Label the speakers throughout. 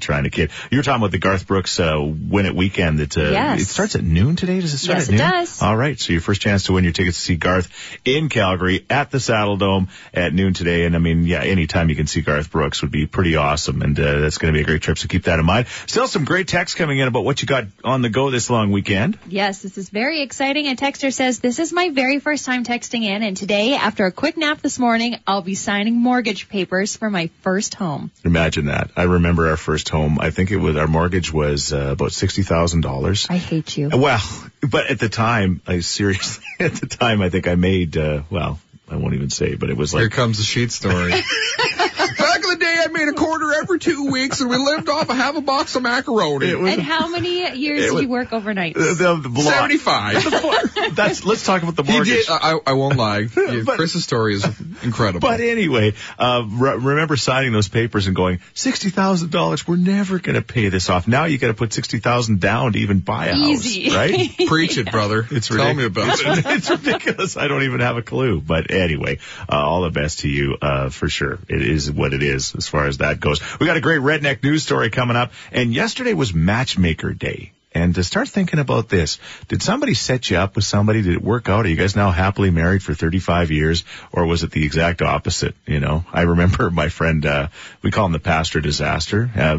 Speaker 1: trying to kid. You were talking about the Garth Brooks uh, win it weekend. That uh,
Speaker 2: Yes.
Speaker 1: it starts at noon today. Does it start
Speaker 2: Yes,
Speaker 1: at noon?
Speaker 2: it does.
Speaker 1: All right. So your first chance to win your tickets to see Garth in Calgary at the Saddle Dome at noon today. And I mean, yeah, anytime you can see Garth Brooks would be pretty awesome. And uh, that's going to be a great trip. So keep that in mind. Still some great texts coming in about what you got on the go this long weekend.
Speaker 2: Yes, this is very exciting. A texter says, This is my very first time texting in, and today, after a quick nap this morning, I'll be signing mortgage papers for my first home.
Speaker 1: Imagine that. I remember our first home. I think it was our mortgage was uh, about sixty thousand dollars.
Speaker 2: I hate you.
Speaker 1: Well, but at the time, I seriously, at the time, I think I made, uh, well, I won't even say, but it was
Speaker 3: Here
Speaker 1: like,
Speaker 3: comes the sheet story. Back in the day, I made a quarter every two weeks, and we lived off a half a box of macaroni.
Speaker 1: it was
Speaker 2: And how many years
Speaker 1: It
Speaker 2: did
Speaker 1: was-
Speaker 2: you work overnight?
Speaker 1: the, the, the block.
Speaker 3: Seventy-five.
Speaker 1: That's, let's talk about the
Speaker 3: He
Speaker 1: mortgage.
Speaker 3: did. uh, I, I won't lie. Yeah,
Speaker 1: But-
Speaker 3: Chris's story is incredible.
Speaker 1: But anyway, uh, re- remember signing those papers and going, $60,000, we're never going to pay this off. Now you got to put 60000 down to even buy a
Speaker 2: Easy.
Speaker 1: house, right?
Speaker 3: Preach it, brother.
Speaker 1: It's
Speaker 3: Tell me about it.
Speaker 1: it's ridiculous. I don't even have a clue. But anyway, uh, all the best to you uh, for sure. It is what it is as far as that goes. We got a great redneck news story coming up, and yesterday was Matchmaker Day. And to start thinking about this, did somebody set you up with somebody? Did it work out? Are you guys now happily married for 35 years, or was it the exact opposite? You know, I remember my friend, uh, we call him the pastor disaster. Uh,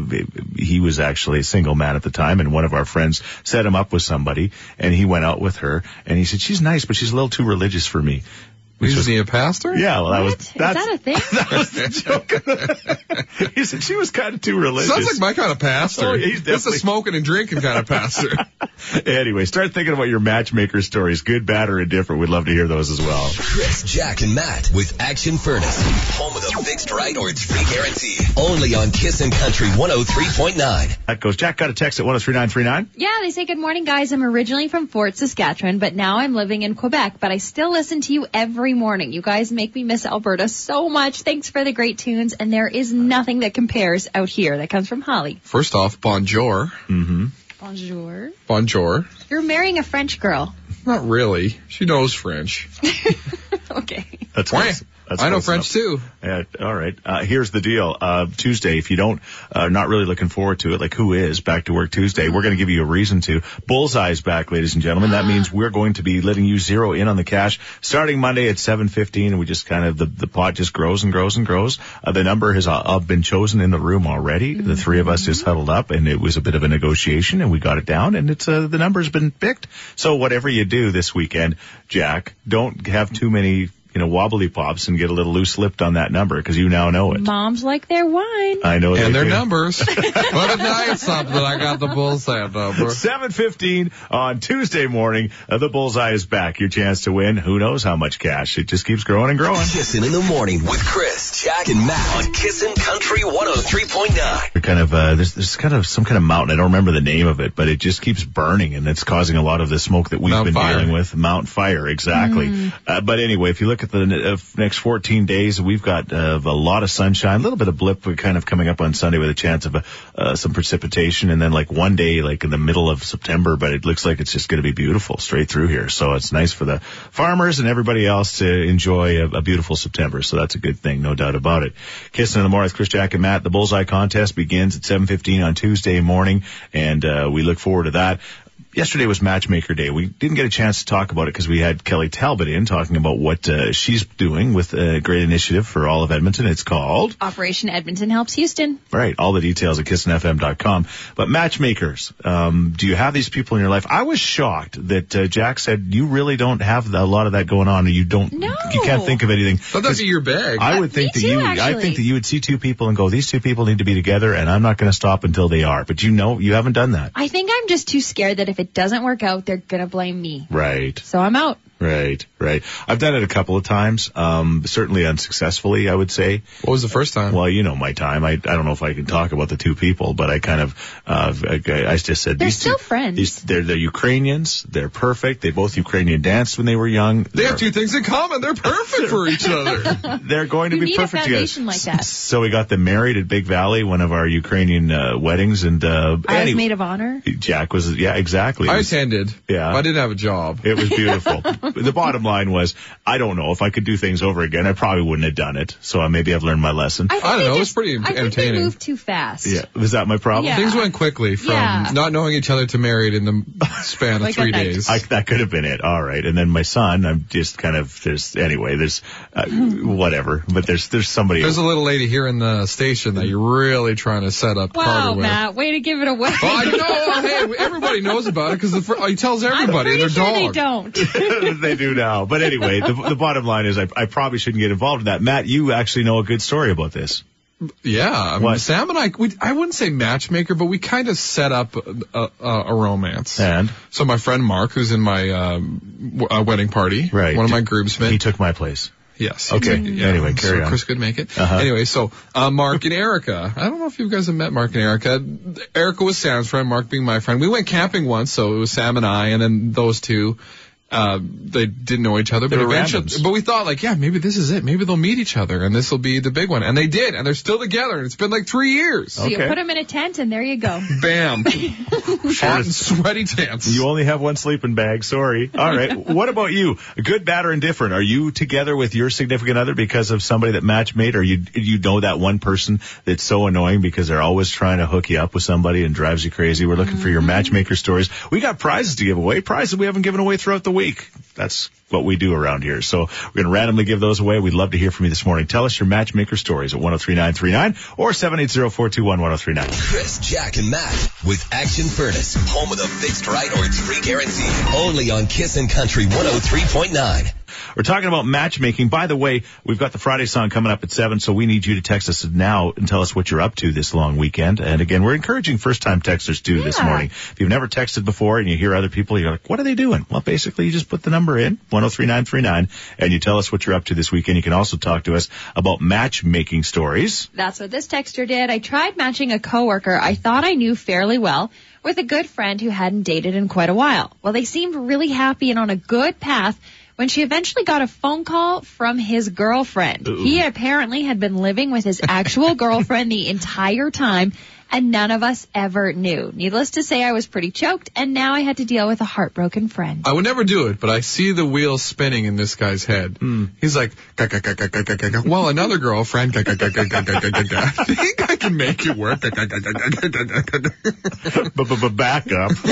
Speaker 1: he was actually a single man at the time, and one of our friends set him up with somebody, and he went out with her, and he said, she's nice, but she's a little too religious for me.
Speaker 3: Is he a pastor?
Speaker 1: Yeah, well, that
Speaker 2: What?
Speaker 1: was,
Speaker 2: Is
Speaker 1: that's,
Speaker 2: that a thing?
Speaker 1: he said she was kind of too religious.
Speaker 3: Sounds like my kind of pastor.
Speaker 1: Oh, he's
Speaker 3: That's a
Speaker 1: definitely-
Speaker 3: smoking and drinking kind of pastor.
Speaker 1: anyway, start thinking about your matchmaker stories, good, bad, or indifferent. We'd love to hear those as well.
Speaker 4: Chris, Jack, and Matt with Action Furnace. Home of the fixed right or three guarantee. Only on Kissin' Country 103.9.
Speaker 1: That goes. Jack got a text at 103939.
Speaker 2: Yeah, they say, Good morning, guys. I'm originally from Fort Saskatchewan, but now I'm living in Quebec, but I still listen to you every morning. You guys make me miss Alberta so much. Thanks for the great tunes, and there is nothing that compares out here. That comes from Holly.
Speaker 3: First off, bonjour.
Speaker 1: Hmm.
Speaker 2: Bonjour.
Speaker 3: Bonjour.
Speaker 2: You're marrying a French girl.
Speaker 3: Not really. She knows French.
Speaker 2: Okay.
Speaker 1: That's
Speaker 3: Wah.
Speaker 1: close. That's
Speaker 3: I know
Speaker 1: close
Speaker 3: French
Speaker 1: enough.
Speaker 3: too.
Speaker 1: Yeah, all right. Uh, here's the deal. Uh, Tuesday, if you don't, uh, not really looking forward to it, like who is back to work Tuesday, we're going to give you a reason to. Bullseye's back, ladies and gentlemen. That means we're going to be letting you zero in on the cash starting Monday at 7.15 and we just kind of, the, the pot just grows and grows and grows. Uh, the number has uh, uh, been chosen in the room already. The three of us just huddled up and it was a bit of a negotiation and we got it down and it's, uh, the number's been picked. So whatever you do this weekend, Jack, don't have too many you know, wobbly pops and get a little loose lipped on that number because you now know it.
Speaker 2: Moms like their wine.
Speaker 1: I know
Speaker 3: And
Speaker 1: they
Speaker 3: their
Speaker 1: do.
Speaker 3: numbers. what a night something. I got the bullseye number.
Speaker 1: 7.15 on Tuesday morning, uh, the Bullseye is back. Your chance to win, who knows how much cash. It just keeps growing and growing.
Speaker 4: Kissin' in the morning with Chris, Jack, and Matt on Kissin' Country 103.9.
Speaker 1: They're Kind of, uh, there's, there's kind of some kind of mountain. I don't remember the name of it, but it just keeps burning and it's causing a lot of the smoke that we've
Speaker 3: Mount
Speaker 1: been
Speaker 3: Fire.
Speaker 1: dealing with. Mount Fire, exactly. Uh, but anyway, if you look at the ne- uh, next 14 days, we've got uh, a lot of sunshine, a little bit of blip uh, kind of coming up on Sunday with a chance of uh, uh, some precipitation and then like one day like in the middle of September, but it looks like it's just going to be beautiful straight through here. So it's nice for the farmers and everybody else to enjoy a, a beautiful September. So that's a good thing, no doubt about it. Kissing in the morning with Chris Jack and Matt. The Bullseye Contest begins at 7.15 on Tuesday morning and uh, we look forward to that. Yesterday was Matchmaker Day. We didn't get a chance to talk about it because we had Kelly Talbot in talking about what uh, she's doing with a great initiative for all of Edmonton. It's called
Speaker 2: Operation Edmonton helps Houston.
Speaker 1: Right. All the details at kissinfm.com. But matchmakers, um, do you have these people in your life? I was shocked that uh, Jack said you really don't have a lot of that going on. You don't.
Speaker 2: No.
Speaker 1: You can't think of anything.
Speaker 3: Sometimes you're big.
Speaker 1: I would
Speaker 2: Me
Speaker 1: think that
Speaker 2: too,
Speaker 1: you. I
Speaker 2: actually.
Speaker 1: think that you would see two people and go, "These two people need to be together," and I'm not going to stop until they are. But you know, you haven't done that.
Speaker 2: I think I'm just too scared that if it doesn't work out, they're gonna blame me.
Speaker 1: Right.
Speaker 2: So I'm out.
Speaker 1: Right, right. I've done it a couple of times, um, certainly unsuccessfully, I would say.
Speaker 3: What was the first time?
Speaker 1: Well, you know my time. I, I don't know if I can talk about the two people, but I kind of, uh, I, I just said
Speaker 2: They're
Speaker 1: these
Speaker 2: still
Speaker 1: two,
Speaker 2: friends.
Speaker 1: These, they're, they're Ukrainians. They're perfect. They both Ukrainian danced when they were young.
Speaker 3: they have
Speaker 1: They're-
Speaker 3: two things in common. They're perfect for each other.
Speaker 1: they're going to
Speaker 2: You
Speaker 1: be
Speaker 2: need a
Speaker 1: perfect
Speaker 2: foundation
Speaker 1: together.
Speaker 2: like that.
Speaker 1: S- So we got them married at Big Valley, one of our Ukrainian uh, weddings, and uh,
Speaker 2: I was
Speaker 1: anyway,
Speaker 2: maid of honor.
Speaker 1: Jack was yeah exactly.
Speaker 3: I
Speaker 1: It was-
Speaker 3: attended.
Speaker 1: Yeah.
Speaker 3: I didn't have a job.
Speaker 1: It was beautiful. the bottom line was, I don't know if I could do things over again. I probably wouldn't have done it. So uh, maybe I've learned my lesson.
Speaker 2: I, think
Speaker 3: I don't
Speaker 2: they
Speaker 3: know, it was
Speaker 2: Just,
Speaker 3: pretty
Speaker 2: I think they
Speaker 3: entertaining.
Speaker 2: moved too fast.
Speaker 1: yeah, was that my problem?
Speaker 2: Yeah.
Speaker 3: Things went quickly from
Speaker 2: Yeah.
Speaker 3: not knowing each other to married in the span of
Speaker 2: Like a
Speaker 3: three
Speaker 2: night.
Speaker 3: days.
Speaker 1: I, that could have been it. All right. And then my son, I'm just kind of there's anyway. There's uh, whatever, but there's there's somebody.
Speaker 3: There's a little lady here in the station that you're really trying to set up Carter
Speaker 2: Wow,
Speaker 3: with.
Speaker 2: Matt, way to give it away.
Speaker 3: Oh, I know. hey, everybody knows about it because he tells
Speaker 2: I'm
Speaker 3: everybody.
Speaker 2: pretty
Speaker 3: and their
Speaker 2: sure
Speaker 3: dog.
Speaker 2: they don't.
Speaker 1: they do now. But anyway, the, the bottom line is I, I probably shouldn't get involved in that. Matt, you actually know a good story about this.
Speaker 3: Yeah, I mean,
Speaker 1: What?
Speaker 3: Sam and I, we, I wouldn't say matchmaker, but we kind of set up a, a, a romance.
Speaker 1: And
Speaker 3: So my friend Mark, who's in my um, w- uh, wedding party,
Speaker 1: Right.
Speaker 3: one of my groomsmen,
Speaker 1: he took my place.
Speaker 3: yes,
Speaker 1: Okay.
Speaker 3: yeah,
Speaker 1: Anyway, carry
Speaker 3: so
Speaker 1: on. Uh-huh.
Speaker 3: Chris could make it. Anyway, so uh, Mark and Erica, I don't know if you guys have met Mark and Erica. Erica was Sam's friend, Mark being my friend. We went camping once, so it was Sam and I, and then those two. Uh, they didn't know each other, but
Speaker 1: were
Speaker 3: eventually,
Speaker 1: randoms.
Speaker 3: but we thought like, yeah, maybe this is it. Maybe they'll meet each other, and this will be the big one. And they did, and they're still together. And it's been like three years.
Speaker 2: So you
Speaker 1: Okay.
Speaker 2: put them in a tent and there you go.
Speaker 3: Bam, hot and
Speaker 1: Shortest-
Speaker 3: sweaty dance.
Speaker 1: You only have one sleeping bag. Sorry. All right. what about you? Good, bad, or indifferent? Are you together with your significant other because of somebody that match made, or you you know that one person that's so annoying because they're always trying to hook you up with somebody and drives you crazy? We're looking for your matchmaker stories. We got prizes to give away, prizes we haven't given away throughout the week. That's what we do around here. So we're going to randomly give those away. We'd love to hear from you this morning. Tell us your matchmaker stories at 103939 or 780-421-1039.
Speaker 4: Chris, Jack, and Matt with Action Furnace, home of the fixed right or it's free guarantee. Only on Kissin' Country 103.9.
Speaker 1: We're talking about matchmaking. By the way, we've got the Friday song coming up at seven, so we need you to text us now and tell us what you're up to this long weekend. And again, we're encouraging first-time texters too this
Speaker 2: Yeah.
Speaker 1: morning. If you've never texted before and you hear other people, you're like, "What are they doing?" Well, basically, you just put the number in one zero three nine three nine, and you tell us what you're up to this weekend. You can also talk to us about matchmaking stories.
Speaker 2: That's what this texter did. I tried matching a coworker I thought I knew fairly well with a good friend who hadn't dated in quite a while. Well, they seemed really happy and on a good path when she eventually got a phone call from his girlfriend. He apparently had been living with his actual girlfriend the entire time and none of us ever knew. Needless to say, I was pretty choked and now I had to deal with a heartbroken friend.
Speaker 3: I would never do it, but I see the wheels spinning in this guy's head. He's like, "Ga, ga, ga, ga, ga, ga, ga, ga." well, another girlfriend. Ga, ga, ga, ga, ga, ga, ga, ga, ga. I think I can make it work. Ga, ga, ga, ga, ga, ga, ga, ga, ga.
Speaker 1: Back up.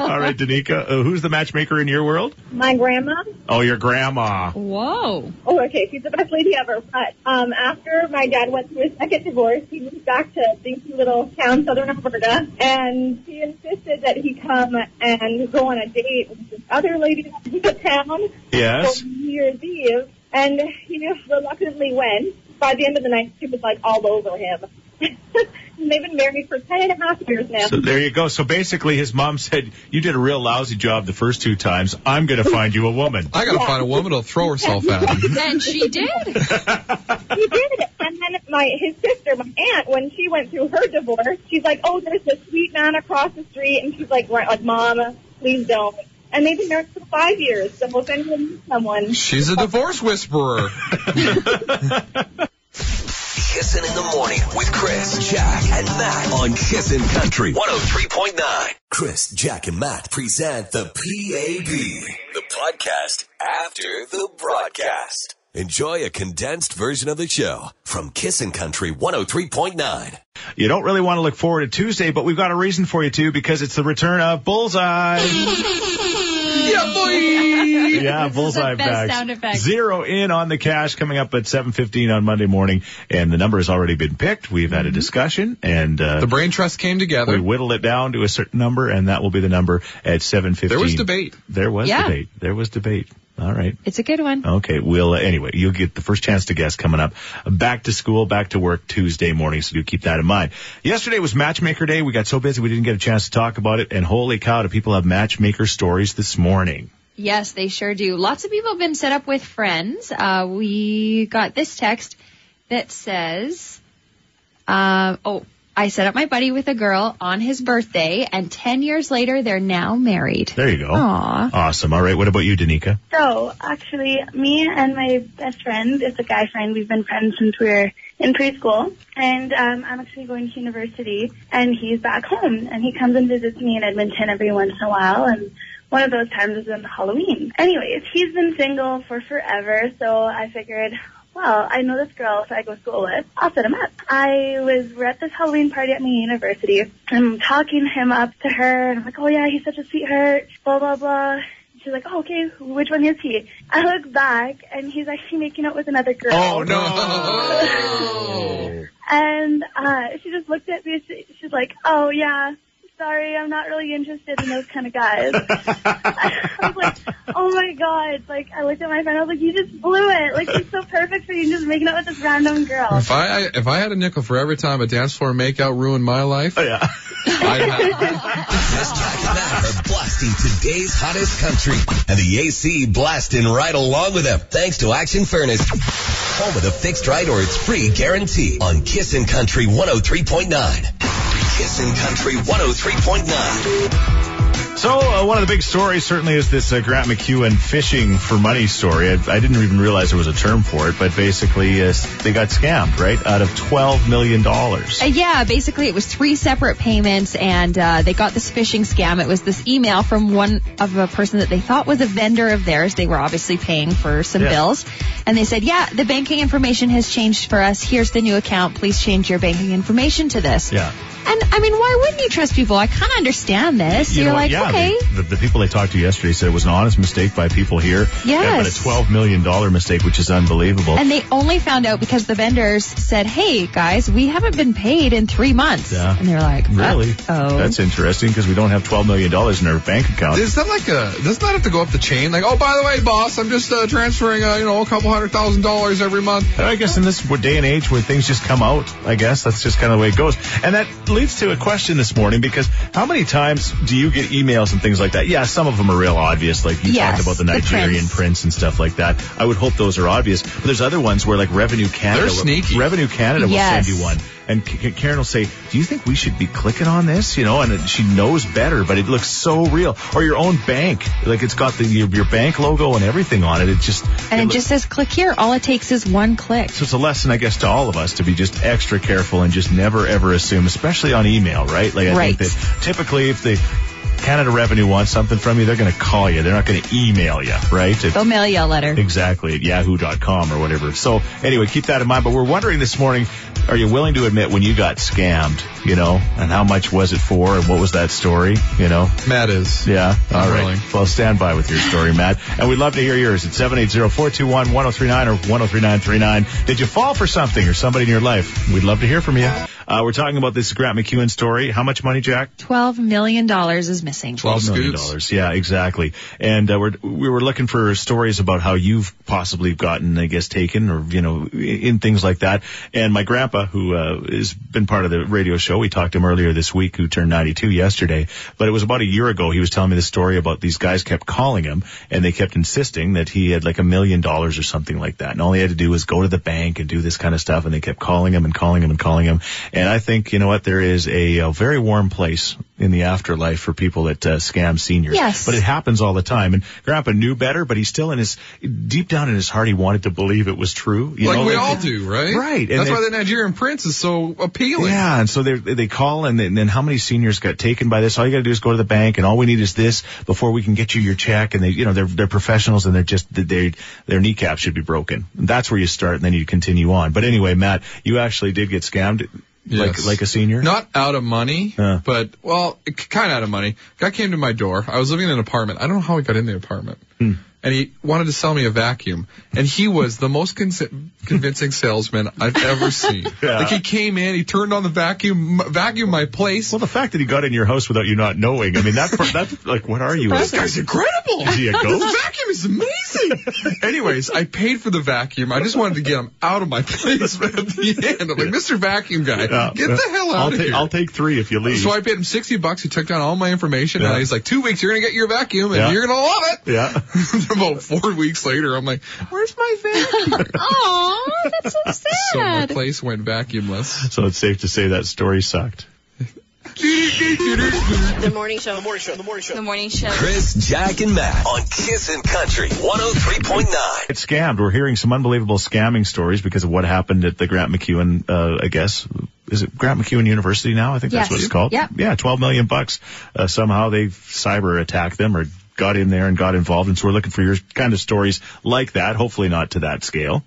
Speaker 1: All right, Danica, uh, who's the matchmaker in your world?
Speaker 5: my grandma.
Speaker 1: Oh, your grandma.
Speaker 2: Whoa.
Speaker 5: Oh, okay, she's the best lady ever. But um, after my dad went through his second divorce, he moved back to a dinky little town, southern Alberta, and he insisted that he come and go on a date with this other lady in the town
Speaker 1: Yes.
Speaker 5: for New Year's Eve, and he reluctantly went. By the end of the night, she was like all over him. and they've been married for ten and a half years now.
Speaker 1: So there you go. So basically, his mom said, "You did a real lousy job the first two times. I'm going to find you a woman."
Speaker 3: I gotta find a woman who'll throw herself at him.
Speaker 2: And she did.
Speaker 5: he did. And then my his sister, my aunt, when she went through her divorce, she's like, "Oh, there's this sweet man across the street," and she's like, right, "Like, mom, please don't." And they've been married for five years, so if anyone needs someone,
Speaker 3: She's a divorce whisperer.
Speaker 4: Kissin' in the morning with Chris, Jack, and Matt on Kissin' Country 103.9. Chris, Jack, and Matt present the PAB, the podcast after the broadcast. Enjoy a condensed version of the show from Kissin' Country 103.9.
Speaker 1: You don't really want to look forward to Tuesday, but we've got a reason for you to because it's the return of Bullseye.
Speaker 3: yeah, boy.
Speaker 1: yeah,
Speaker 2: This is the
Speaker 1: Bullseye
Speaker 2: best
Speaker 1: bags.
Speaker 2: sound effect.
Speaker 1: Zero in on the cash coming up at 7:15 on Monday morning, and the number has already been picked. We've
Speaker 2: Mm-hmm.
Speaker 1: had a discussion, and uh,
Speaker 3: The brain trust came
Speaker 1: we
Speaker 3: together.
Speaker 1: whittled it down to a certain number, and that will be the number at 7:15.
Speaker 3: There was debate.
Speaker 1: There was
Speaker 2: Yeah.
Speaker 1: debate. There was debate. All right.
Speaker 2: It's a good one.
Speaker 1: Okay. Well, uh, anyway, you'll get the first chance to guess coming up. Back to school, back to work Tuesday morning, so do keep that in mind. Yesterday was Matchmaker Day. We got so busy we didn't get a chance to talk about it, and holy cow, do people have matchmaker stories this morning?
Speaker 2: Yes, they sure do. Lots of people have been set up with friends. Uh, we got this text that says, uh, oh, I set up my buddy with a girl on his birthday, and 10 years later, they're now married.
Speaker 1: There you go.
Speaker 2: Aw.
Speaker 1: Awesome. All right. What about you, Danica?
Speaker 5: So actually, me and my best friend is a guy friend. We've been friends since we were in preschool, and um, I'm actually going to university, and he's back home, and he comes and visits me in Edmonton every once in a while, and one of those times is on Halloween. Anyways, he's been single for forever, so I figured. Well, I know this girl that I go to school with. I'll set him up. I was we're at this Halloween party at my university. I'm talking him up to her, and I'm like, "Oh yeah, he's such a sweetheart." Blah blah blah. She's like, oh, okay, which one is he? I look back, and he's actually making out with another girl.
Speaker 3: Oh, no.
Speaker 1: Oh,
Speaker 5: And uh, she just looked at me. She, she's like, oh, yeah, sorry, I'm not really interested in those kind of guys. I was like, oh, my God. Like, I looked at my friend. I was like, you just blew it. Like, he's so perfect for you, and just making out with this random girl.
Speaker 3: If I, I if I had a nickel for every time a dance floor makeout ruined my life,
Speaker 1: Oh, yeah.
Speaker 3: I'd have.
Speaker 4: Hashtag and I are blasting today's hottest country and the AC blasting right along with them thanks to Action Furnace. Home with a fixed right or it's free guarantee on Kissin' Country 103.9. Kissin' Country 103.9.
Speaker 1: So uh, one of the big stories certainly is this uh, Grant McEwen fishing for money story. I, I didn't even realize there was a term for it, but basically uh, they got scammed, right? Out of twelve million dollars.
Speaker 2: Uh, yeah, basically it was three separate payments, and uh, they got this phishing scam. It was this email from one of a person that they thought was a vendor of theirs. They were obviously paying for some
Speaker 1: Yeah.
Speaker 2: bills, and they said, "Yeah, the banking information has changed for us. Here's the new account. Please change your banking information to this."
Speaker 1: Yeah.
Speaker 2: And I mean, why wouldn't you trust people? I kind of understand this.
Speaker 1: You
Speaker 2: are
Speaker 1: know what?
Speaker 2: like,
Speaker 1: yeah,
Speaker 2: okay,
Speaker 1: The, the, the people I talked to yesterday said it was an honest mistake by people here. Yeah, but a
Speaker 2: Yes.
Speaker 1: twelve million dollar mistake, which is unbelievable.
Speaker 2: And they only found out because the vendors said, "Hey guys, we haven't been paid in three months."
Speaker 1: Yeah.
Speaker 2: And they're like,
Speaker 1: really,
Speaker 2: Oh,
Speaker 1: that's interesting because we don't have twelve million dollars in our bank account.
Speaker 3: Is that like a? Doesn't that have to go up the chain? Like, oh, by the way, boss, I'm just uh, transferring, uh, you know, a couple hundred thousand dollars every month.
Speaker 1: I guess in this day and age where things just come out, I guess that's just kind of the way it goes. And that leads to a question this morning because how many times do you get emails and things like that? Yeah, some of them are real obvious, like you
Speaker 2: Yes,
Speaker 1: talked about the
Speaker 2: the
Speaker 1: Nigerian
Speaker 2: prince.
Speaker 1: prince and stuff like that. I would hope those are obvious, but there's other ones where like Revenue Canada,
Speaker 3: They're sneaky.
Speaker 1: Revenue Canada will
Speaker 2: Yes.
Speaker 1: send you one. And K- K- Karen will say, "Do you think we should be clicking on this?" You know, and it- she knows better, but it looks so real. Or your own bank, like it's got the your, your bank logo and everything on it. It just
Speaker 2: and it
Speaker 1: looks-
Speaker 2: just says click here. All it takes is one click.
Speaker 1: so it's a lesson, I guess, to all of us to be just extra careful and just never ever assume, especially on email, right? Like I
Speaker 2: Right.
Speaker 1: think that typically if the Canada Revenue wants something from you, they're going to call you. They're not going to email you, right? If-
Speaker 2: They'll mail you a letter.
Speaker 1: Exactly, at yahoo.com or whatever. So, anyway, keep that in mind. But we're wondering this morning are you willing to admit when you got scammed, you know, and how much was it for and what was that story, you know?
Speaker 3: Matt is.
Speaker 1: Yeah.
Speaker 3: Not
Speaker 1: All right.
Speaker 3: really.
Speaker 1: Well, stand by with your story, Matt. And we'd love to hear yours at 780-421-1039 or 103939. Did you fall for something or somebody in your life? We'd love to hear from you. Uh, we're talking about this Grant McEwen story. How much money, Jack?
Speaker 2: Twelve million dollars is missing.
Speaker 3: Twelve
Speaker 1: million
Speaker 3: scoots.
Speaker 1: dollars. Yeah, exactly. And uh, we're, we were looking for stories about how you've possibly gotten, I guess, taken or you know, in things like that. And my grandpa, who uh, has been part of the radio show, we talked to him earlier this week, who turned 92 yesterday. But it was about a year ago. He was telling me the story about these guys kept calling him, and they kept insisting that he had like a million dollars or something like that. And all he had to do was go to the bank and do this kind of stuff. And they kept calling him and calling him and calling him. And I think you know what? There is a, uh very warm place in the afterlife for people that uh, scam seniors.
Speaker 2: Yes.
Speaker 1: But it happens all the time. And Grandpa knew better, but he still in his deep down in his heart, he wanted to believe it was true. You
Speaker 3: Like
Speaker 1: know,
Speaker 3: we
Speaker 1: like-
Speaker 3: all do, right?
Speaker 1: Right, and
Speaker 3: That's
Speaker 1: they-
Speaker 3: why the Nigerian prince is so appealing.
Speaker 1: Yeah, and so they they call and then, then how many seniors got taken by this? All you got to do is go to the bank, and all we need is this before we can get you your check. And they, you know, they're they're professionals, and they're just they their kneecap should be broken. That's where you start, and then you continue on. But anyway, Matt, you actually did get scammed, like
Speaker 3: Yes.
Speaker 1: like a senior.
Speaker 3: Not out of money,
Speaker 1: Huh.
Speaker 3: but well, kind of out of money. Guy came to my door. I was living in an apartment. I don't know how he got in the apartment.
Speaker 1: Hmm.
Speaker 3: And he wanted to sell me a vacuum. And he was the most con- convincing salesman I've ever seen.
Speaker 1: Yeah.
Speaker 3: Like he came in, he turned on the vacuum, vacuumed my place.
Speaker 1: Well, the fact that he got in your house without you not knowing, I mean, that part, that's like, what are you?
Speaker 3: this guy's incredible.
Speaker 1: Is he a
Speaker 3: This
Speaker 1: ghost?
Speaker 3: vacuum time is amazing. Anyways, I paid for the vacuum. I just wanted to get him out of my place. But at the end, I'm like, Mr. Vacuum Guy,
Speaker 1: Yeah.
Speaker 3: get the hell out
Speaker 1: I'll
Speaker 3: of
Speaker 1: take,
Speaker 3: here.
Speaker 1: I'll take three if you leave.
Speaker 3: so I paid him 60 bucks. He took down all my information.
Speaker 1: Yeah.
Speaker 3: And he's like, two weeks, you're going to get your vacuum and
Speaker 1: Yeah.
Speaker 3: you're going to love it.
Speaker 1: yeah.
Speaker 3: About four weeks later, I'm like, where's my vacuum?
Speaker 2: Aw, that's so
Speaker 3: so my
Speaker 2: sad.
Speaker 3: place went vacuumless.
Speaker 1: So it's safe to say that story sucked.
Speaker 6: The morning show. The morning
Speaker 4: show, the morning show.
Speaker 6: show. The morning show.
Speaker 4: Chris, Jack, and Matt on Kissin' Country 103.9.
Speaker 1: It's scammed. We're hearing some unbelievable scamming stories because of what happened at the Grant McEwen, uh, I guess, is it Grant McEwen University now? I think that's
Speaker 2: Yes.
Speaker 1: what it's called.
Speaker 2: Yep.
Speaker 1: Yeah, 12 million bucks. Uh, somehow they cyber attacked them or got in there and got involved. And so we're looking for your kind of stories like that. Hopefully not to that scale.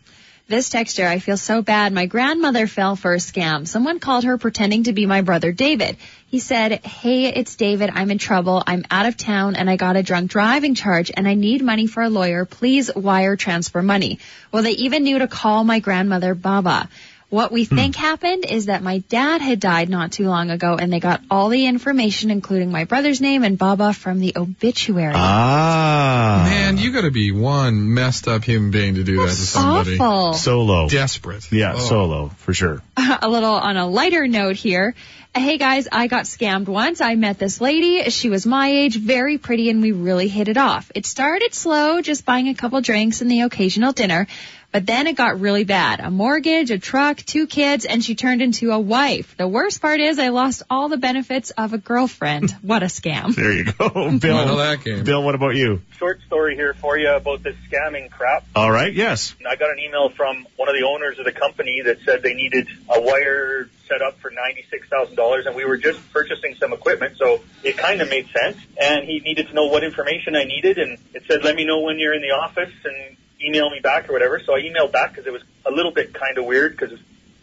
Speaker 2: This texture, I feel so bad. My grandmother fell for a scam. Someone called her pretending to be my brother David. He said, Hey, it's David. I'm in trouble. I'm out of town and I got a drunk driving charge and I need money for a lawyer. Please wire transfer money. Well, they even knew to call my grandmother Baba. What we think happened is that my dad had died not too long ago and they got all the information, including my brother's name and Baba from the obituary.
Speaker 1: Ah.
Speaker 3: Man, you got to be one messed up human being to do that to somebody.
Speaker 2: Awful.
Speaker 1: Oh. Solo.
Speaker 3: Desperate.
Speaker 1: Yeah,
Speaker 3: Oh.
Speaker 1: solo, for sure.
Speaker 2: a little on a lighter note here. Hey guys, I got scammed once. I met this lady. She was my age, very pretty, and we really hit it off. It started slow, just buying a couple drinks and the occasional dinner, but then it got really bad. A mortgage, a truck, two kids, and she turned into a wife. The worst part is I lost all the benefits of a girlfriend. What a scam.
Speaker 1: There you go.
Speaker 3: I know
Speaker 1: Bill,
Speaker 3: that game.
Speaker 1: Bill, what about you?
Speaker 7: short story here for you about this scamming crap.
Speaker 1: All right, yes.
Speaker 7: I got an email from one of the owners of the company that said they needed a wire set up for $96,000 and we were just purchasing some equipment so it kind of made sense and he needed to know what information I needed and it said let me know when you're in the office and email me back or whatever. So I emailed back because it was a little bit kind of weird because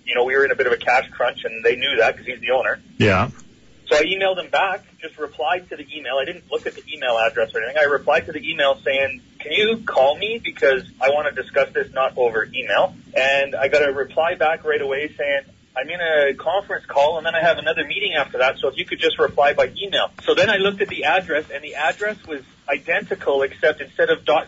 Speaker 7: you know we were in a bit of a cash crunch and they knew that because he's the owner.
Speaker 1: Yeah.
Speaker 7: So I emailed him back, just replied to the email. I didn't look at the email address or anything. I replied to the email saying, can you call me because I want to discuss this not over email. And I got a reply back right away saying, I'm in a conference call and then I have another meeting after that. So if you could just reply by email. So then I looked at the address and the address was identical except instead of .ca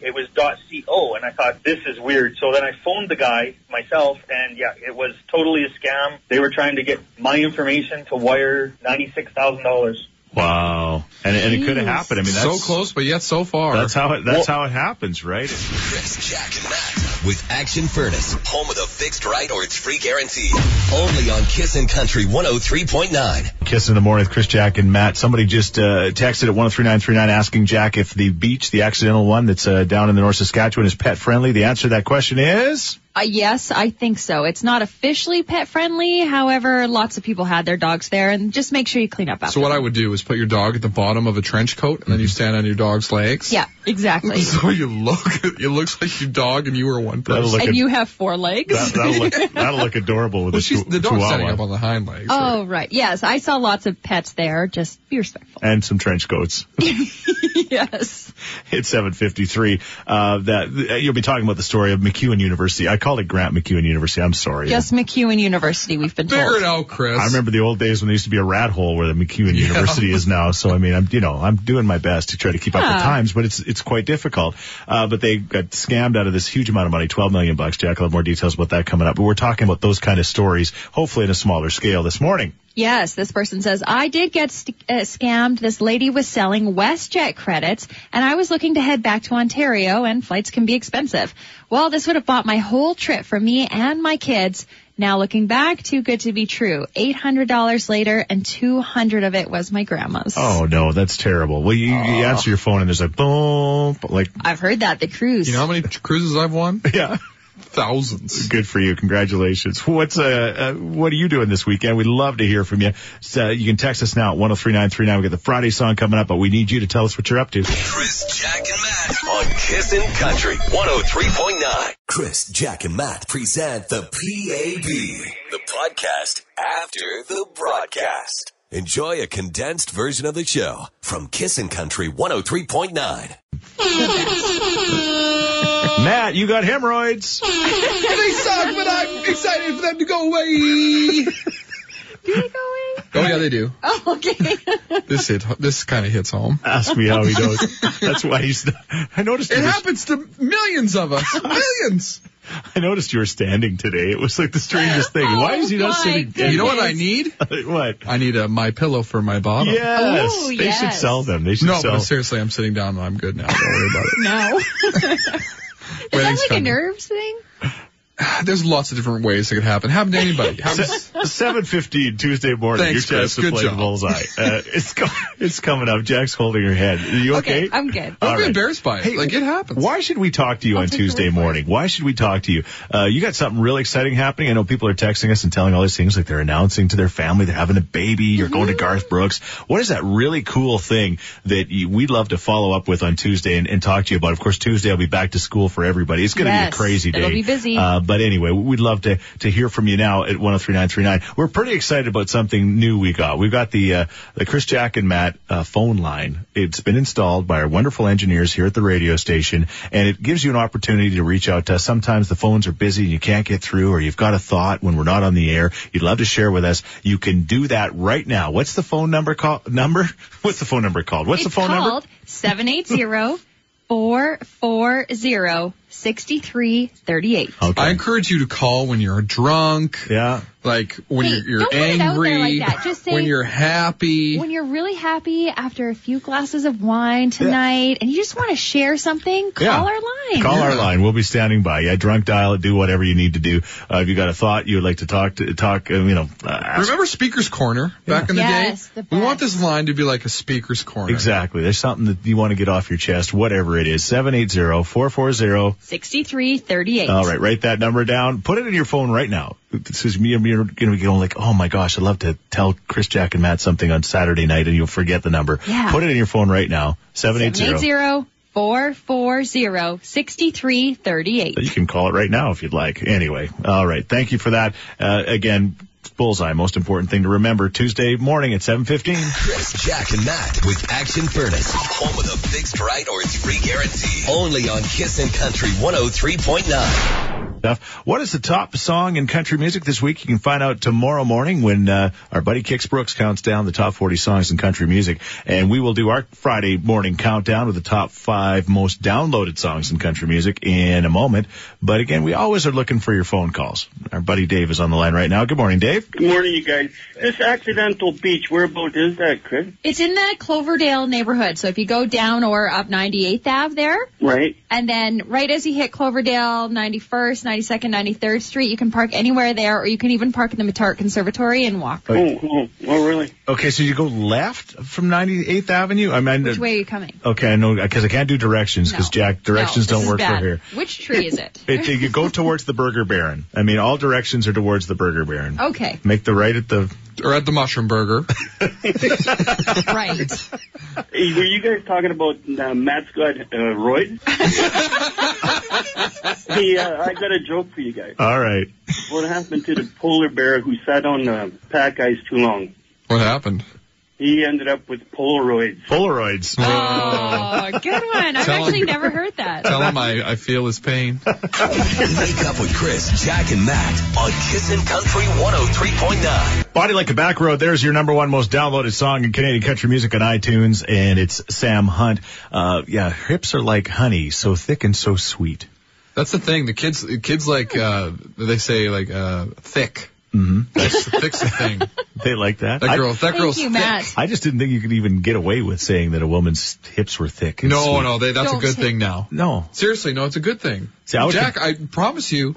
Speaker 7: it was .co and I thought this is weird. So then I phoned the guy myself and yeah, it was totally a scam. They were trying to get my information to wire $96,000.
Speaker 1: Wow. And, and it could have
Speaker 2: Jeez.
Speaker 1: happened. I mean,
Speaker 3: so
Speaker 1: that's
Speaker 3: close, but yet so far.
Speaker 1: That's how it, that's how it happens, right?
Speaker 4: Chris, Jack, and Matt with Action Furnace, home of the fixed right or its free guarantee. Only on Kissin' Country 103.9.
Speaker 1: Kiss in the morning with Chris, Jack, and Matt. Somebody just uh, texted at one three nine three nine asking Jack if the beach, the accidental one that's uh, down in the North Saskatchewan, is pet friendly. The answer to that question is
Speaker 2: Uh, yes, I think so. It's not officially pet friendly. However, lots of people had their dogs there and just make sure you clean up after.
Speaker 3: So what I would do is put your dog at the bottom of a trench coat, and then you
Speaker 1: Mm-hmm.
Speaker 3: stand on your dog's legs.
Speaker 2: yeah, exactly.
Speaker 3: So you look, it looks like your dog and you were one person.
Speaker 1: that'll look
Speaker 2: and
Speaker 1: ad-
Speaker 2: you have four legs.
Speaker 1: that, will look that'll look adorable with
Speaker 3: well,
Speaker 1: a
Speaker 3: she's,
Speaker 1: chi-
Speaker 3: the dog's standing
Speaker 1: chihuahua
Speaker 3: up on the hind legs.
Speaker 2: Oh, right. Yes, I saw lots of pets there. Just be respectful.
Speaker 1: and some trench coats.
Speaker 2: yes.
Speaker 1: It's 7:53. Uh, that you'll be talking about the story of McEwen University. I called it Grant McEwen University. I'm sorry.
Speaker 2: Just McEwen University, we've been
Speaker 3: Figure it
Speaker 2: told.
Speaker 3: out, Chris.
Speaker 1: I remember the old days when there used to be a rat hole where the McEwen University is now. So I mean, I'm you know I'm doing my best to try to keep up
Speaker 2: Yeah.
Speaker 1: with times, but it's it's quite difficult. Uh, but they got scammed out of this huge amount of money, 12 million bucks. Jack, I'll have more details about that coming up. But we're talking about those kind of stories, hopefully in a smaller scale this morning.
Speaker 2: Yes, this person says, I did get st- uh, scammed. This lady was selling WestJet credits, and I was looking to head back to Ontario, and flights can be expensive. Well, this would have bought my whole trip for me and my kids. Now looking back, too good to be true. $800 later, and 200 of it was my grandma's.
Speaker 1: Oh no, that's terrible. Well, you, you answer your phone and there's a boom, like
Speaker 2: I've heard that, the cruise.
Speaker 3: You know how many cruises I've won?
Speaker 1: yeah.
Speaker 3: Thousands.
Speaker 1: Good for you. Congratulations. What's uh, uh what are you doing this weekend? We'd love to hear from you. So you can text us now at 103939. We got the Friday song coming up, but we need you to tell us what you're up to.
Speaker 4: Chris, Jack, and Matt on Kissin' Country 103.9. Chris, Jack, and Matt present the PAB, the podcast after the broadcast. Enjoy a condensed version of the show from Kissin' Country 103.9.
Speaker 1: Matt, you got hemorrhoids.
Speaker 3: they suck, but I'm excited for them to go away.
Speaker 2: Do they go away?
Speaker 3: Oh yeah, they do.
Speaker 2: Oh, okay.
Speaker 3: This hit. This kind of hits home.
Speaker 1: Ask me how he knows. That's why he's. Not, I noticed.
Speaker 3: It
Speaker 1: you were-
Speaker 3: happens to millions of us. Millions.
Speaker 1: I noticed you were standing today. It was like the strangest thing.
Speaker 2: Oh
Speaker 1: why is he not
Speaker 2: my
Speaker 1: sitting
Speaker 3: You
Speaker 1: down?
Speaker 3: know what I need?
Speaker 1: what?
Speaker 3: I need a my pillow for my bottom.
Speaker 1: Yes,
Speaker 2: Oh,
Speaker 1: they should
Speaker 2: yes.
Speaker 1: sell them. They should
Speaker 3: No,
Speaker 1: sell.
Speaker 3: but seriously, I'm sitting down. I'm good now. Don't worry about it.
Speaker 2: no. Is that
Speaker 3: Wedding's
Speaker 2: like a
Speaker 3: coming.
Speaker 2: nerves thing?
Speaker 3: There's lots of different ways it could happen. Happen to anybody. Happens-
Speaker 1: Seven fifteen Tuesday morning.
Speaker 3: Thanks,
Speaker 1: your chance
Speaker 3: Chris.
Speaker 1: to
Speaker 3: Good
Speaker 1: play the
Speaker 3: job.
Speaker 1: bullseye. Uh, it's co- it's coming up. Jack's holding her head. Are you okay?
Speaker 2: I'm good.
Speaker 1: All
Speaker 3: Don't be
Speaker 1: right.
Speaker 3: embarrassed by it.
Speaker 1: Hey,
Speaker 3: like it happens.
Speaker 1: Why should we talk to you on
Speaker 2: take your
Speaker 1: Tuesday
Speaker 2: word for it.
Speaker 1: morning? Why should we talk to you? Uh, you got something really exciting happening. I know people are texting us and telling all these things like they're announcing to their family they're having a baby. You're going to
Speaker 2: Mm-hmm.
Speaker 1: Garth Brooks. What is that really cool thing that you, we'd love to follow up with on Tuesday and, and talk to you about? Of course, Tuesday I'll be back to school for everybody. It's going to be
Speaker 2: Yes,
Speaker 1: a crazy day.
Speaker 2: it'll be busy.
Speaker 1: Uh, but anyway, we'd love to to hear from you now at 103939. We're pretty excited about something new we got. We've got the uh, the Chris Jack and Matt uh, phone line. It's been installed by our wonderful engineers here at the radio station, and it gives you an opportunity to reach out to us. Sometimes the phones are busy and you can't get through, or you've got a thought when we're not on the air. You'd love to share with us. You can do that right now. What's the phone number call number? What's the phone number called? What's the
Speaker 2: it's
Speaker 1: phone number?
Speaker 2: called 780-440-6338.
Speaker 3: I
Speaker 1: Okay.
Speaker 3: encourage you to call when you're drunk.
Speaker 1: yeah.
Speaker 3: Like when
Speaker 2: Hey,
Speaker 3: you're, you're
Speaker 2: don't put it out
Speaker 3: angry.
Speaker 2: there like that. Just say-
Speaker 3: when you're happy.
Speaker 2: When you're really happy after a few glasses of wine tonight and you just want to share something, call
Speaker 1: Yeah.
Speaker 2: our line.
Speaker 1: Call our line. We'll be standing by. Yeah, drunk dial it. Do whatever you need to do. Uh, if you got a thought you would like to talk to talk, uh, you know, uh, ask.
Speaker 3: Remember Speaker's Corner back in the
Speaker 2: Yes,
Speaker 3: day?
Speaker 2: the
Speaker 3: we want
Speaker 2: best.
Speaker 3: this line to be like a Speaker's Corner.
Speaker 1: Exactly. There's something that you want to get off your chest, whatever it is. 780-440.
Speaker 2: 6338.
Speaker 1: All right, write that number down. Put it in your phone right now. This is me. You're going to be going like, oh my gosh, I'd love to tell Chris, Jack, and Matt something on Saturday night, and you'll forget the number.
Speaker 2: Yeah.
Speaker 1: Put it in your phone right now. 780-
Speaker 2: 780-440-6338.
Speaker 1: You can call it right now if you'd like. Anyway, all right. Thank you for that. Uh, again, bullseye. Most important thing to remember: Tuesday morning at seven fifteen.
Speaker 4: Chris, Jack, and Matt with Action Furnace. Home with a fixed right or three guarantee. Only on Kissin' Country 103.9.
Speaker 1: Stuff. What is the top song in country music this week? You can find out tomorrow morning when uh, our buddy Kix Brooks counts down the top forty songs in country music, and we will do our Friday morning countdown with the top five most downloaded songs in country music in a moment. But again, we always are looking for your phone calls. Our buddy Dave is on the line right now. Good morning, Dave.
Speaker 6: Good morning, you guys. This accidental beach, whereabout is that, Chris?
Speaker 2: It's in the Cloverdale neighborhood. So if you go down or up 98th Ave there,
Speaker 6: Right.
Speaker 2: And then right as you hit Cloverdale, 91st, 92nd, 93rd Street, you can park anywhere there, or you can even park in the Matark Conservatory and walk.
Speaker 6: Oh, oh, oh, really?
Speaker 1: Okay, so you go left from 98th Avenue? I mean,
Speaker 2: Which way are you coming?
Speaker 1: okay, I know, because I can't do directions, because
Speaker 2: No.
Speaker 1: Jack, directions
Speaker 2: No,
Speaker 1: don't
Speaker 2: this is
Speaker 1: work
Speaker 2: bad.
Speaker 1: for here.
Speaker 2: Which tree is it?
Speaker 1: It, you go towards the Burger Baron. I mean, all directions are towards the Burger Baron.
Speaker 2: Okay,
Speaker 1: Make the right at the.
Speaker 3: Or at the Mushroom Burger.
Speaker 2: right.
Speaker 6: Hey, were you guys talking about uh, Matt's got uh, roid? hey, uh, I got a joke for you guys.
Speaker 1: All right.
Speaker 6: What happened to the polar bear who sat on the pack ice too long?
Speaker 3: what happened?
Speaker 6: He ended up with Polaroids.
Speaker 1: Polaroids.
Speaker 2: Oh, good one. I've
Speaker 3: Tell
Speaker 2: actually
Speaker 3: him.
Speaker 2: never heard that.
Speaker 3: Tell him I, I feel his pain.
Speaker 4: Wake up with Chris, Jack, and Matt on Kissin' Country 103.9.
Speaker 1: Body Like a Back Road, there's your number one most downloaded song in Canadian country music on iTunes, and it's Sam Hunt. Uh, yeah, hips are like honey, so thick and so sweet.
Speaker 3: That's the thing. The kids, the kids like, uh, they say like, uh, thick. Mm-hmm. That's the thick's the thing.
Speaker 1: They like that.
Speaker 3: That
Speaker 1: I-
Speaker 3: girl, that
Speaker 2: Thank
Speaker 3: girl's
Speaker 2: you,
Speaker 3: thick.
Speaker 2: Matt.
Speaker 1: I, just didn't think you could even get away with saying that a woman's hips were thick. and
Speaker 3: No,
Speaker 1: sweet.
Speaker 3: no, they, that's
Speaker 2: Don't
Speaker 3: a good
Speaker 2: say-
Speaker 3: thing now.
Speaker 1: No,
Speaker 3: Seriously, no, it's a good thing.
Speaker 1: See, I would
Speaker 3: Jack, I promise you,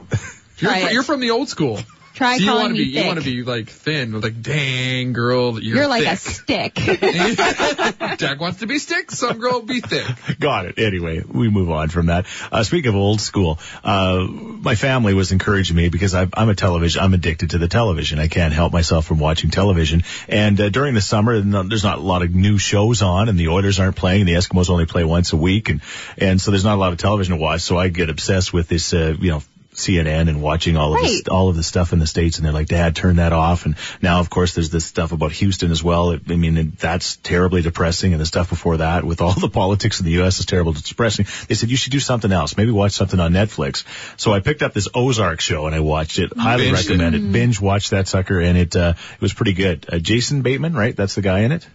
Speaker 3: you're,
Speaker 2: Try it.
Speaker 3: you're from the old school.
Speaker 2: Try
Speaker 3: So you
Speaker 2: calling
Speaker 3: want to be,
Speaker 2: me thick.
Speaker 3: you want to be like thin, like dang girl, you're,
Speaker 2: You're like a
Speaker 3: thick.
Speaker 2: stick.
Speaker 3: Jack wants to be stick, some girl will be thick.
Speaker 1: Got it. Anyway, we move on from that. Uh, speaking of old school, uh, my family was encouraging me because I've, I'm a television, I'm addicted to the television. I can't help myself from watching television. And uh, during the summer, no- there's not a lot of new shows on and the Oilers aren't playing and the Eskimos only play once a week. And, and so there's not a lot of television to watch. So I get obsessed with this, uh, you know, CNN and watching all of this,
Speaker 2: Right.
Speaker 1: all of the stuff in the states, and they're like, "Dad, turn that off." And now, of course, there's this stuff about Houston as well. It, I mean, it, that's terribly depressing, and the stuff before that with all the politics in the U.S. is terribly depressing. They said you should do something else. Maybe watch something on Netflix. So I picked up this Ozark show and I watched it. Highly
Speaker 3: Binged it.
Speaker 1: recommend
Speaker 2: Mm.
Speaker 1: it. Binge watch that sucker, and it uh, it was pretty good. Uh, Jason Bateman, right? That's the guy in it.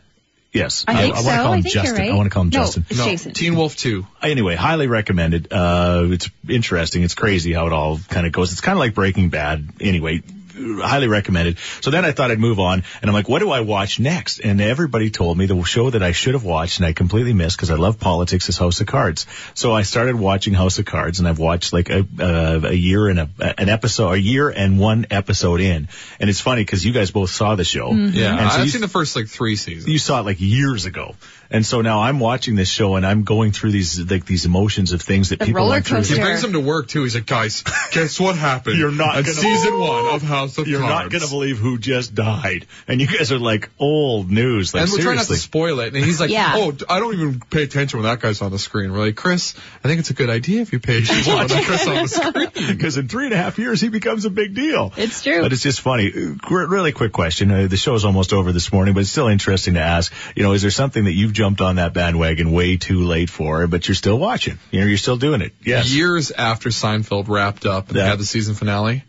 Speaker 1: Yes,
Speaker 2: I think
Speaker 1: I,
Speaker 2: so.
Speaker 1: want to call
Speaker 2: I
Speaker 1: him
Speaker 2: think
Speaker 1: Justin.
Speaker 2: you're right.
Speaker 1: I want to call him
Speaker 2: no,
Speaker 1: Justin
Speaker 2: It's
Speaker 3: No,
Speaker 2: Jason.
Speaker 3: Teen Wolf 2.
Speaker 1: anyway, highly recommended. Uh, it's interesting. It's crazy how it all kind of goes. It's kind of like Breaking Bad. Anyway, highly recommended. So then I thought I'd move on, and I'm like, what do I watch next? And everybody told me the show that I should have watched and I completely missed because I love politics is House of Cards. So I started watching House of Cards, and I've watched like a uh, a year and a an episode, a year and one episode in. And it's funny because you guys both saw the show.
Speaker 3: Yeah,
Speaker 1: And so
Speaker 3: I've
Speaker 1: you-
Speaker 3: seen the first like three seasons.
Speaker 1: you saw it like years ago. And so now I'm watching this show and I'm going through these like these emotions of things that
Speaker 2: The
Speaker 1: people
Speaker 2: roller
Speaker 1: went through.
Speaker 2: coaster.
Speaker 3: He
Speaker 2: Sure.
Speaker 3: brings him to work too. He's like, guys, guess what happened?
Speaker 1: You're not
Speaker 3: on
Speaker 1: gonna-
Speaker 3: season one of House of
Speaker 1: You're not
Speaker 3: Cards.
Speaker 1: gonna believe who just died, and you guys are like old news. Like
Speaker 3: and we're trying not to
Speaker 1: seriously,
Speaker 3: spoil it. And he's like,
Speaker 2: Yeah.
Speaker 3: "Oh, I don't even pay attention when that guy's on the screen." We're like, "Chris, I think it's a good idea if you pay attention when that guy's on the screen."
Speaker 1: because in three and a half years he becomes a big deal.
Speaker 2: It's true.
Speaker 1: But it's just funny. Uh, qu- Really quick question. Uh, the show's almost over this morning, but it's still interesting to ask. You know, is there something that you've jumped on that bandwagon way too late for, but you're still watching? You know, you're still doing it. Yes.
Speaker 3: Years after Seinfeld wrapped up and
Speaker 1: Yeah.
Speaker 3: had the season finale,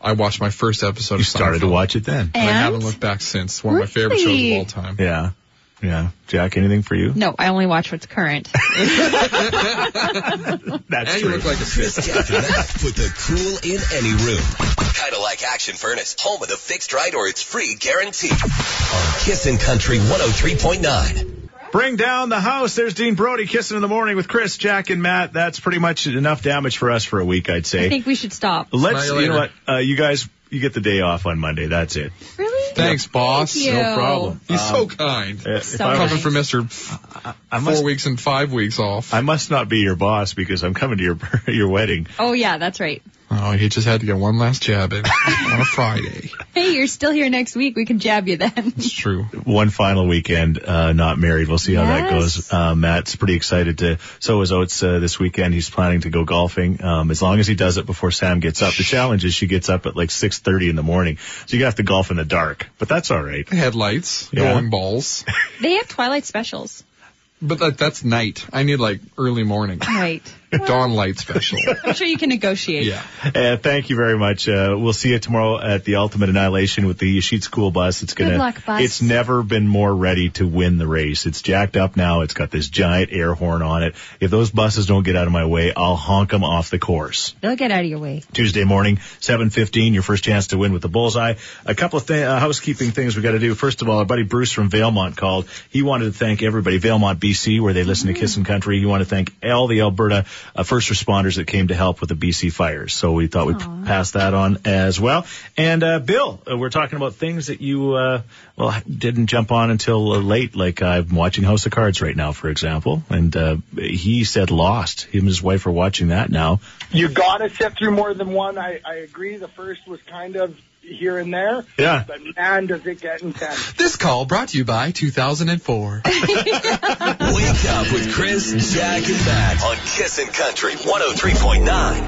Speaker 3: I watched my first episode.
Speaker 1: you
Speaker 3: of
Speaker 1: started to
Speaker 3: Seinfeld,
Speaker 1: watch it then.
Speaker 3: and I
Speaker 2: And-
Speaker 3: haven't looked back since. One of my favorite shows of
Speaker 2: Really?
Speaker 3: all time.
Speaker 1: Yeah. Yeah. Jack, anything for you?
Speaker 2: No, I only watch what's current.
Speaker 1: That's
Speaker 3: And you look like a
Speaker 4: Chris Cadillac put the cool in any room. Cadillac Action Furnace, home of the fixed right or it's free guarantee. On Kissin' Country 103.9.
Speaker 1: Bring down the house. There's Dean Brody kissing in the morning with Chris, Jack, and Matt. That's pretty much enough damage for us for a week, I'd say.
Speaker 2: I think we should stop.
Speaker 1: Let's,
Speaker 3: Smile
Speaker 1: you know what,
Speaker 3: later.
Speaker 1: uh, you guys, you get the day off on Monday. That's it.
Speaker 2: Really?
Speaker 3: Thanks, boss.
Speaker 2: Thank you.
Speaker 1: No problem.
Speaker 3: He's so kind.
Speaker 1: Uh, if
Speaker 2: So
Speaker 1: I,
Speaker 3: Coming
Speaker 2: nice.
Speaker 3: from Mister Four
Speaker 1: I must,
Speaker 3: Weeks and Five Weeks Off.
Speaker 1: I must not be your boss because I'm coming to your your wedding.
Speaker 2: Oh yeah, that's right.
Speaker 3: oh, he just had to get one last jab in on a Friday.
Speaker 2: Hey, you're still here next week. We can jab you then.
Speaker 3: It's true.
Speaker 1: One final weekend, uh, not married. We'll see how that
Speaker 2: Yes.
Speaker 1: goes. Uh, Matt's pretty excited to. So is Oates uh, this weekend. He's planning to go golfing. Um, as long as he does it before Sam gets up. The challenge is she gets up at like 6:30 in the morning, so you have to golf in the dark. But that's all right.
Speaker 3: Headlights,
Speaker 1: Yeah.
Speaker 3: going balls.
Speaker 2: They have Twilight specials.
Speaker 3: But that, that's night. I need like early morning.
Speaker 2: Right.
Speaker 3: Dawn light special.
Speaker 2: I'm sure you can negotiate.
Speaker 3: Yeah.
Speaker 1: Uh, thank you very much. Uh, we'll see you tomorrow at the Ultimate Annihilation with the Yesheet School Bus. It's gonna.
Speaker 2: Good luck, bus.
Speaker 1: It's never been more ready to win the race. It's jacked up now. It's got this giant air horn on it. If those buses don't get out of my way, I'll honk them off the course.
Speaker 2: They'll get out of your way.
Speaker 1: Tuesday morning, 7:15. Your first chance to win with the bullseye. A couple of th- uh, housekeeping things we got to do. First of all, our buddy Bruce from Valemont called. He wanted to thank everybody, Valemont, BC, where they listen to Kiss and Country. He wanted to thank all the Alberta uh, first responders that came to help with the BC fires. So we thought we'd p- pass that on as well. And uh, Bill, uh, we're talking about things that you uh, well didn't jump on until uh, late. Like I'm watching House of Cards right now, for example, and uh, he said Lost. Him and his wife are watching that now.
Speaker 8: You gotta sift through more than one. I, I agree. The first was kind of here and there,
Speaker 1: Yeah.
Speaker 8: but man, does it get intense.
Speaker 3: This call brought to you by 2004.
Speaker 4: Wake up with Chris, Jack, and Matt on Kissin' Country 103.9.